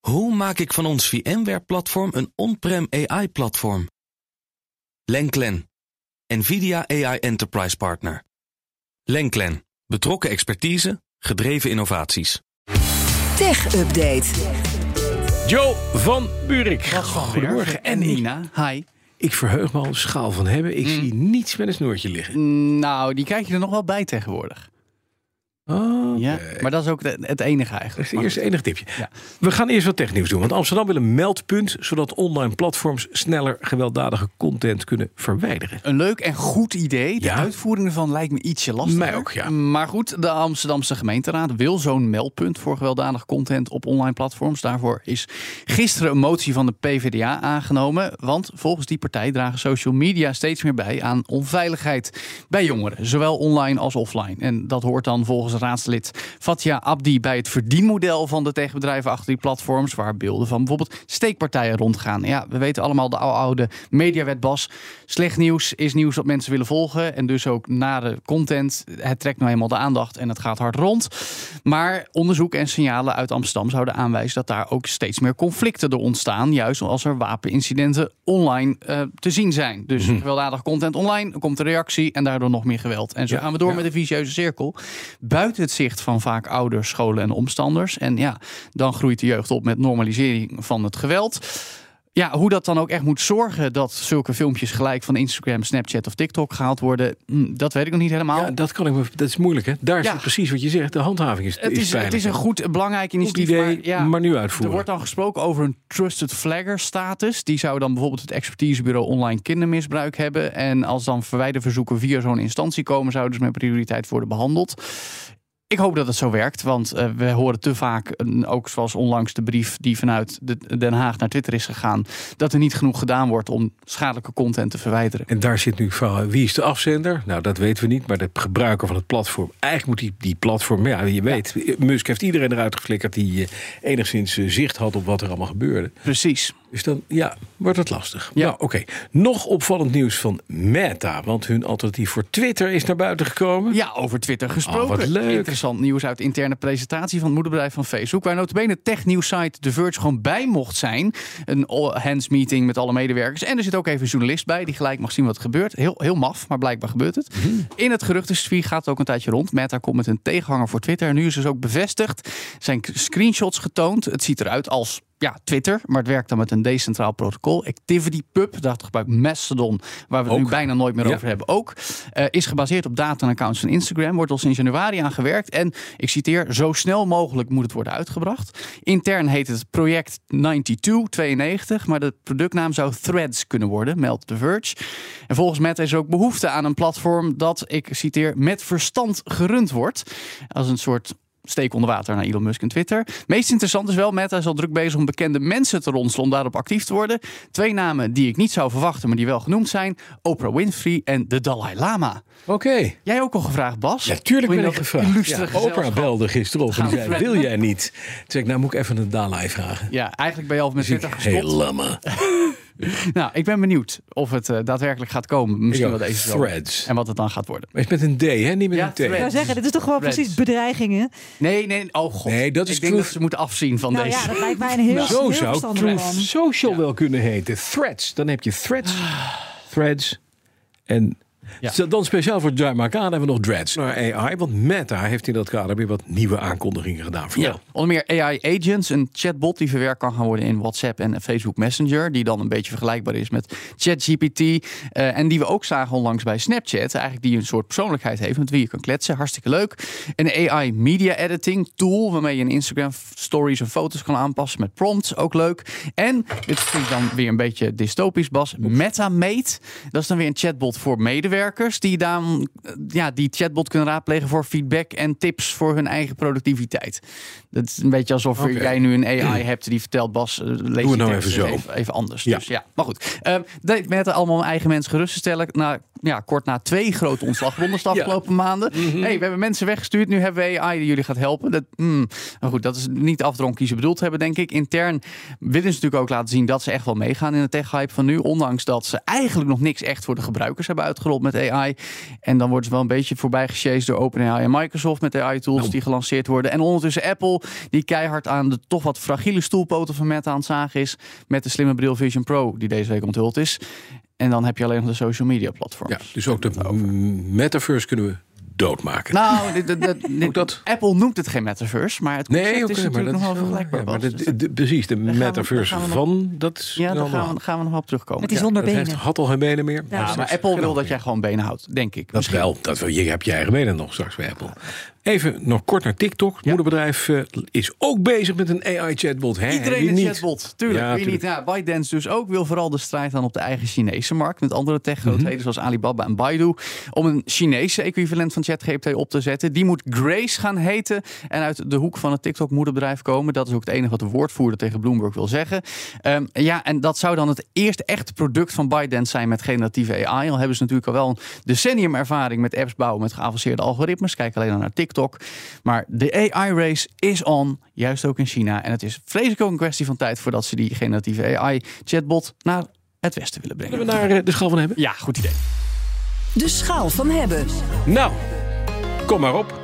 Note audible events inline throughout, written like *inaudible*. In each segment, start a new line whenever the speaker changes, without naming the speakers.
Hoe maak ik van ons VMware-platform een on-prem AI-platform? Lenklen, NVIDIA AI Enterprise Partner. Lenklen, betrokken expertise, gedreven innovaties.
Tech Update.
Joe van Burik.
Goedemorgen.
En ik,
Nina, hi.
ik verheug me al een schaal van hebben. Ik zie
Mm.
niets met een snoertje liggen.
Nou, die krijg je er nog wel bij tegenwoordig.
Oh,
Ja, maar dat is ook de- het
dat
enige
is
eigenlijk.
het
Maar
eerste enig tipje.
Ja.
We gaan eerst wat technieuws doen. Want Amsterdam wil een meldpunt... zodat online platforms sneller gewelddadige content kunnen verwijderen.
Een leuk en goed idee. De
Ja.
uitvoering ervan lijkt me ietsje lastig.
Mij ook, ja.
Maar goed, de Amsterdamse gemeenteraad wil zo'n meldpunt voor gewelddadig content op online platforms. Daarvoor is gisteren een motie van de PvdA aangenomen. Want volgens die partij dragen social media steeds meer bij aan onveiligheid bij jongeren. Zowel online als offline. En dat hoort dan volgens raadslid Fatia Abdi bij het verdienmodel van de techbedrijven achter die platforms. Waar beelden van bijvoorbeeld steekpartijen rondgaan. Ja, we weten allemaal de oude, oude mediawet Bas. Slecht nieuws is nieuws dat mensen willen volgen. En dus ook nare content. Het trekt nou eenmaal de aandacht en het gaat hard rond. Maar onderzoek en signalen uit Amsterdam zouden aanwijzen dat daar ook steeds meer conflicten door ontstaan. Juist als er wapenincidenten online eh, te zien zijn. Dus
Mhm.
gewelddadig content online, dan komt de reactie en daardoor nog meer geweld. En zo
Ja,
gaan we door
ja.
met de vicieuze cirkel. Buiten het zicht van vaak ouders, scholen en omstanders. En ja, dan groeit de jeugd op met normalisering van het geweld. Ja, hoe dat dan ook echt moet zorgen dat zulke filmpjes gelijk van Instagram, Snapchat of TikTok gehaald worden, hm, dat weet ik nog niet helemaal.
Ja, dat, kan ik me, dat is moeilijk, hè? Daar
Ja.
zit precies wat je zegt. De handhaving is
het, is, het
pijnlijk.
is een goed, een belangrijk
goed
initiatief.
idee, maar,
maar, ja,
nu
er
uitvoeren.
wordt dan gesproken over een trusted flagger status. Die zou dan bijvoorbeeld het expertisebureau online kindermisbruik hebben. En als dan verwijderverzoeken via zo'n instantie komen, zouden ze met prioriteit worden behandeld. Ik hoop dat het zo werkt, want eh, we horen te vaak, eh, ook zoals onlangs de brief die vanuit de- Den Haag naar Twitter is gegaan, dat er niet genoeg gedaan wordt om schadelijke content te verwijderen.
En daar zit nu van eh, wie is de afzender? Nou, dat weten we niet, maar de gebruiker van het platform. Eigenlijk moet die, die platform, ja, je weet, Musk heeft iedereen eruit geflikkerd die eh, enigszins eh, zicht had op wat er allemaal gebeurde.
Precies.
Dus dan, ja, wordt het lastig.
Ja.
Nou, oké. Nog opvallend nieuws van Meta, want hun alternatief voor Twitter is naar buiten gekomen.
Ja, over Twitter gesproken.
Oh, wat leuk.
Interessant nieuws uit de interne presentatie van het moederbedrijf van Facebook. Waar notabene technieuws site The Verge gewoon bij mocht zijn. Een all-hands meeting met alle medewerkers. En er zit ook even een journalist bij die gelijk mag zien wat er gebeurt. Heel, heel maf, maar blijkbaar gebeurt het.
Mhm.
In het geruchtensfeer gaat het ook een tijdje rond. Meta komt met een tegenhanger voor Twitter. En nu is dus ook bevestigd. Zijn screenshots getoond. Het ziet eruit als ja, Twitter, maar het werkt dan met een decentraal protocol. ActivityPub, dat gebruikt Mastodon, waar we het nu
Ook.
bijna nooit meer
Ja.
over hebben, ook. eh, is gebaseerd op data en accounts van Instagram. Wordt al sinds januari aan gewerkt. En ik citeer, zo snel mogelijk moet het worden uitgebracht. Intern heet het project 9292, maar de productnaam zou Threads kunnen worden, meldt The Verge. En volgens Meta is er ook behoefte aan een platform dat, ik citeer, met verstand gerund wordt. Als een soort steek onder water naar Elon Musk en Twitter. Meest interessant is wel, Meta is al druk bezig om bekende mensen te ronselen om daarop actief te worden. Twee namen die ik niet zou verwachten, maar die wel genoemd zijn: Oprah Winfrey en de Dalai Lama.
Oké.
Jij ook al gevraagd, Bas?
Ja, tuurlijk
Hoe je
ben ik
dat
gevraagd.
illustere
Ja,
gezelschap-
Oprah belde gisteren op en die
Gaan
zei,
we-
wil jij niet? Toen zei ik, nou moet ik even een Dalai vragen.
Ja, eigenlijk ben je al met
Dus
Twitter
ik,
gestopt.
helemaal.
Nou, ik ben benieuwd of het eh, daadwerkelijk gaat komen. Misschien
Ik
wel
ook.
deze zomer.
Threads.
En wat het dan gaat worden.
Maar het is met een D, hè? Niet met
Ja,
een T.
Threads.
Ik zou zeggen, dit is toch gewoon
Threads.
precies bedreigingen?
Nee, nee, oh god.
Nee, dat is
ik denk
truth.
dat ze moeten afzien van
Nou
deze.
ja, dat lijkt mij een heel,
Zo
heel
zou
verstandig
Truth
plan.
Social wel kunnen heten. Threads. Dan heb je Threads, Threads en...
Ja.
Zo, Dan speciaal voor Jaima Khan hebben we nog Dreads. Naar AI, Nou, want Meta heeft in dat kader weer wat nieuwe aankondigingen gedaan.
Ja,
Vertel.
onder meer AI agents, een chatbot die verwerkt kan gaan worden in WhatsApp en Facebook Messenger, die dan een beetje vergelijkbaar is met ChatGPT eh, en die we ook zagen onlangs bij Snapchat, eigenlijk die een soort persoonlijkheid heeft met wie je kan kletsen, hartstikke leuk. Een AI media editing tool waarmee je in Instagram stories en foto's kan aanpassen met prompts, ook leuk. En dit vind ik dan weer een beetje dystopisch, Bas. MetaMate, dat is dan weer een chatbot voor medewerkers die dan eh, ja, die chatbot kunnen raadplegen voor feedback en tips voor hun eigen productiviteit. Dat is een beetje alsof
Oké.
jij nu een AI hebt die vertelt, Bas, eh, lees
het
je
nou
tekst
even zo.
Even, even anders.
Ja.
Dus ja, maar goed. Ehm, dat met allemaal mijn eigen mensen gerust te stellen. Na ja, kort na twee grote ontslagrondes de
Ja.
afgelopen maanden. hey, we hebben mensen weggestuurd. Nu hebben we AI die jullie gaat helpen. Dat, mm. Maar goed, dat is niet de afdronk die ze bedoeld hebben, denk ik. Intern willen ze natuurlijk ook laten zien dat ze echt wel meegaan in de tech-hype van nu. Ondanks dat ze eigenlijk nog niks echt voor de gebruikers hebben uitgerold met AI. En dan worden ze wel een beetje voorbij gesjeest door OpenAI en Microsoft met AI-tools die gelanceerd worden. En ondertussen Apple, die keihard aan de toch wat fragiele stoelpoten van Meta aan het zagen is. Met de slimme bril Vision Pro, die deze week onthuld is. En dan heb je alleen nog de social media platforms.
Ja, dus ook de m- metaverse kunnen we doodmaken.
Nou, dit- dit- dit- dit-
Ook dat-
Apple noemt het geen metaverse, maar het concept
oké,
is natuurlijk nog wel
is
vergelijkbaar.
ja, maar
Bas.
de-
Dus
de- de- precies, de
we- daar
metaverse
gaan we nog-
van, dat is
Ja, daar
allemaal-
gaan we, gaan we nog wel op termen.
Met
komen.
die
Ja.
zonder
dat heeft,
benen.
had al geen benen meer.
Ja,
Ja,
straks
maar Apple wil
geen
dat jij gewoon benen houdt, denk ik.
Dat wel, dat wil, je hebt je eigen benen nog straks bij Apple. Even nog kort naar TikTok. Het
Ja.
moederbedrijf eh, is ook bezig met een AI-chatbot.
Iedereen een chatbot, tuurlijk.
Ja,
Ja, wie niet.
tuurlijk.
Ja, ByteDance dus ook wil vooral de strijd aan op de eigen Chinese markt... met andere techgrootheden
Mhm.
zoals Alibaba en Baidu... om een Chinese equivalent van ChatGPT op te zetten. Die moet Grace gaan heten en uit de hoek van het TikTok-moederbedrijf komen. Dat is ook het enige wat de woordvoerder tegen Bloomberg wil zeggen. Ehm, ja, en dat zou dan het eerste echte product van ByteDance zijn met generatieve AI. Al hebben ze natuurlijk al wel een decennium ervaring met apps bouwen... met geavanceerde algoritmes. Kijk alleen al naar TikTok. Maar de AI-race is on, juist ook in China. En het is vreselijk ook een kwestie van tijd voordat ze die generatieve AI-chatbot naar het westen willen brengen.
Kunnen we daar eh, de schaal van hebben?
Ja, goed idee.
De schaal van hebben.
Nou, kom maar op.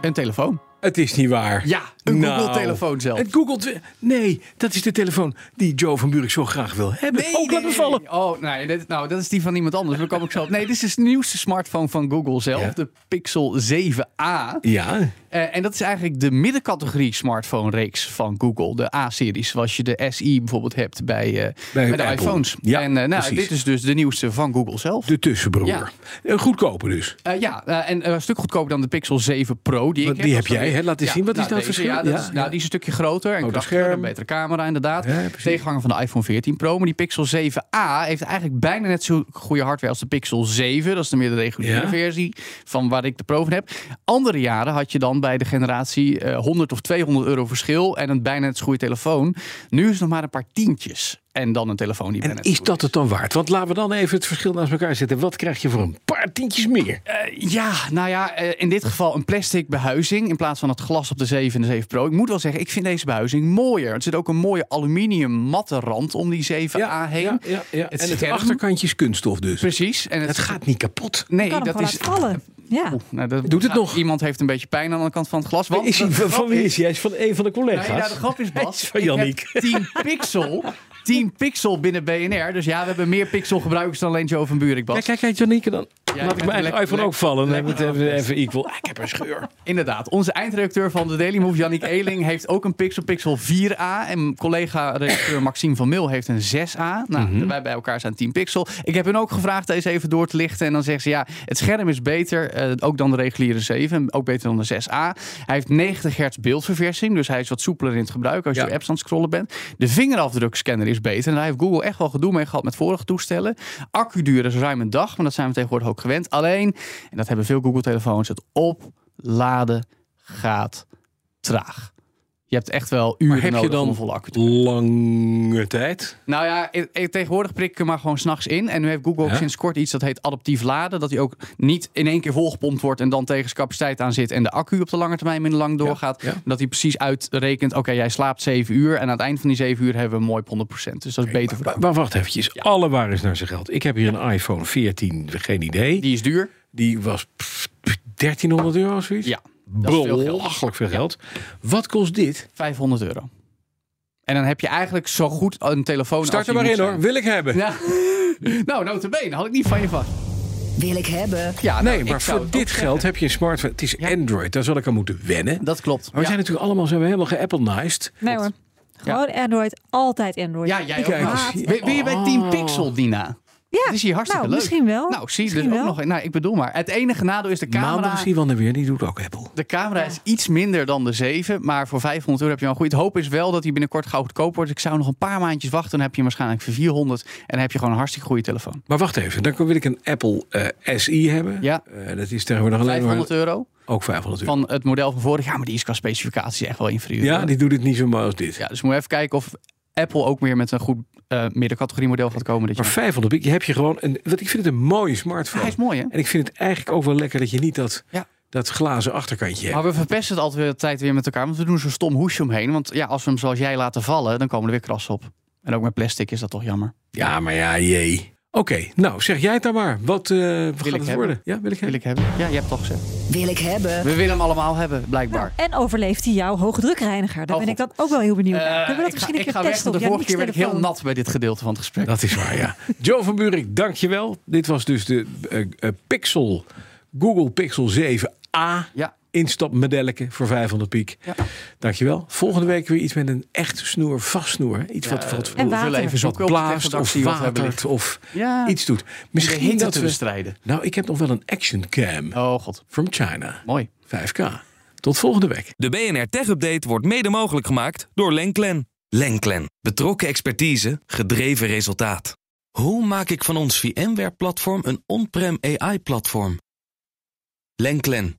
Een telefoon.
Het is niet waar.
Ja, een
Nou,
Google-telefoon zelf.
Het Google... te- Nee, dat is de telefoon die Joe van Buurik zo graag wil hebben. ook laten vallen.
Oh, nee, dit, nou, dat is die van iemand anders. Daar kom ik zo op. Nee, dit is de nieuwste smartphone van Google zelf,
Ja.
de Pixel 7a.
Ja,
Eh, en dat is eigenlijk de middencategorie smartphone-reeks van Google. De A-series, zoals je de SI bijvoorbeeld hebt bij, eh, bij, de
Apple.
iPhones.
Ja,
en eh, nou,
precies.
dit is dus de nieuwste van Google zelf.
de tussenbroer.
Ja.
Een goedkoper dus.
Eh, ja, eh, en eh, een stuk goedkoper dan de Pixel 7 Pro. Die, ik
Want die
Dat
heb
is
jij,
dan-
hè? Laat eens zien, wat is dat verschil?
Ja, dat
Ja,
is,
ja.
nou, die is een stukje groter en
Groter
krachtiger,
scherm.
een betere camera inderdaad.
Ja, precies.
Tegenhanger van de iPhone 14 Pro. Maar die Pixel 7a heeft eigenlijk bijna net zo goede hardware als de Pixel 7. Dat is dan meer de reguliere
Ja.
versie van waar ik de Pro van heb. Andere jaren had je dan bij de generatie eh, 100 of 200 euro verschil en een bijna net zo goede telefoon. Nu is het nog maar een paar tientjes. En dan een telefoon die
En
bijna net
is
zo
dat het dan waard? Want laten we dan even het verschil naast elkaar zetten. Wat krijg je voor een paar tientjes meer?
Ja, nou ja, eh, in dit geval een plastic behuizing in plaats van het glas op de 7 en de 7 Pro. Ik moet wel zeggen, ik vind deze behuizing mooier. Er zit ook een mooie aluminium matte rand om die 7A heen.
ja, ja, ja. En het
scherm.
achterkantje is kunststof dus.
Precies. En het,
Het gaat niet kapot.
Nee,
kan hem
dat
gewoon
is.
laten vallen. Ja.
Oeh, nou, dat
Doet het
nou,
nog?
Iemand heeft een beetje pijn aan de kant van het glas. Want
Is hij,
de
van,
grap
van wie
is-
is hij? Hij is van een van de collega's.
Nee, nou, de grap is
Hij is
Bas.
van Yannick.
*laughs* Ik heb 10 pixel. 10 pixel binnen BNR. Dus ja, we hebben meer pixelgebruikers dan alleen Joe van Buurik, Bas.
Ja, kijk, kijk, Janieke, dan laat ik
bent
mijn eigen iPhone
lekker-
ook
lekker- dus.
vallen. Dan hebben
lekker
we het even, even equal. Ah, ik heb een scheur.
Inderdaad, onze eindredacteur van de Daily Move, Yannick Eeling, heeft ook een Pixel Pixel 4a. En collega-redacteur Maxime van Mil heeft een 6a. Nou, wij bij elkaar zijn 10 pixel. Ik heb hun ook gevraagd deze even door te lichten. En dan zeggen ze, ja, het scherm is beter, eh, ook dan de reguliere 7. en Ook beter dan de 6a. Hij heeft 90 hertz beeldverversing, dus hij is wat soepeler in het gebruik als je
Ja.
door apps aan het scrollen bent. De vingerafdrukscanner is beter. En daar heeft Google echt wel gedoe mee gehad met vorige toestellen. Accuduur is ruim een dag, maar dat zijn we tegenwoordig ook gewend. Alleen, en dat hebben veel Google-telefoons, het opladen gaat traag. Je hebt echt wel uren
heb je
nodig
dan-
om een volle accu te
Lange tijd.
nou ja, e- e- tegenwoordig prik ik hem maar gewoon s'nachts in. En nu heeft Google ook
Ja?
sinds kort iets dat heet adaptief laden. Dat hij ook niet in één keer volgepompt wordt en dan tegen zijn capaciteit aan zit. En de accu op de lange termijn minder lang doorgaat.
ja.
Dat hij precies uitrekent, oké, jij slaapt 7 uur. En aan het eind van die 7 uur hebben we hem mooi op 100%. Dus dat is beter voor de
Maar,
accu.
maar wacht eventjes. Alle waar is naar zijn geld. Ik heb hier een iPhone 14, geen idee.
Die is duur.
Die was pff, 1300 euro of zoiets.
Ja, dat is veel geld. Nou,
Belachelijk veel geld. Wat kost dit?
500 euro. En dan heb je eigenlijk zo goed een telefoon als
Start er
die
maar in
moet
hoor. Wil ik hebben.
zijn. Ja. *laughs* nou, notabene, had ik niet van je vast.
Wil ik hebben.
Ja,
Nee,
nou,
maar
ik zou
voor
het ook
dit
zeggen.
geld heb je een smartphone. Het is Android. Daar zal ik aan moeten wennen. Maar
Dat
Oh,
klopt.
we
Ja.
zijn natuurlijk allemaal zijn we helemaal geapple-niced.
Nee hoor. Gewoon Android. Altijd Android.
Ja, jij
Kijk
ook.
eens.
Haat. Wil, wil je bij Team Pixel, Dina?
Oh. Ja,
Dat is hier hartstikke
nou,
leuk.
misschien wel.
Nou, zie je dus
Misschien
ook
wel.
nog. Nou, ik bedoel maar. Het enige nadeel is de
Maandag
camera.
is Iwan er weer. Die doet ook Apple.
De camera is iets minder dan de 7. Maar voor 500 euro heb je al een goed. Het hoop is wel dat die binnenkort gauw goedkoop wordt. Ik zou nog een paar maandjes wachten. Dan heb je hem waarschijnlijk voor 400. En dan heb je gewoon een hartstikke goede telefoon.
Maar wacht even, dan wil ik een Apple eh, SI hebben.
Ja.
Eh, dat is tegenwoordig alleen
500
maar...
euro
Ook 500 euro.
van eh, het model van vorig jaar. Maar die is qua specificaties echt wel inferieur.
ja,
hoor.
die doet het niet zo mooi als dit.
ja, dus moet even kijken of Apple ook meer met een goed uh, middencategorie model gaat komen. Dit
maar 500 piek, je hebt je gewoon een. Want ik vind het een mooie smartphone.
Hij is mooi, hè?
En ik vind het eigenlijk ook wel lekker dat je niet dat.
Ja
dat glazen achterkantje hebt.
Maar we verpesten het altijd weer de tijd weer met elkaar. Want we doen zo'n stom hoesje omheen. Want ja, als we hem zoals jij laten vallen, dan komen er weer krassen op. En ook met plastic is dat toch jammer.
Ja, maar ja, jee. Oké, okay, nou zeg jij het dan maar. Wat uh, wil gaat ik het hebben? worden?
Ja, wil ik, wil ik hebben? Ja, je hebt het al gezegd.
Wil ik hebben?
We willen hem allemaal hebben, blijkbaar.
Nou, en overleeft hij jouw hoogdrukreiniger? Daar oh, ben ik dan ook wel heel benieuwd naar.
Uh,
ik
misschien ga, een keer ik ga weg, de vorige keer werd ik heel nat bij dit gedeelte van het gesprek.
Dat is waar,
*laughs*
ja. Joe van Buurik, dankjewel. Dit was dus de uh, Pixel... Google Pixel 7a.
Ja.
Instapmodelletje voor 500 piek.
Ja.
Dankjewel. Volgende week weer iets met een echt snoer, vast snoer. Iets ja, wat valt
en water. even
wat blaast of watert of ja. iets doet.
Misschien dat we strijden.
Nou, ik heb nog wel een action cam.
Oh god.
From China.
Mooi.
5K. Tot volgende week.
De BNR Tech Update wordt mede mogelijk gemaakt door Lenklen. Lenklen. Betrokken expertise, gedreven resultaat. Hoe maak ik van ons VMware-platform een on-prem AI-platform? Lenklen,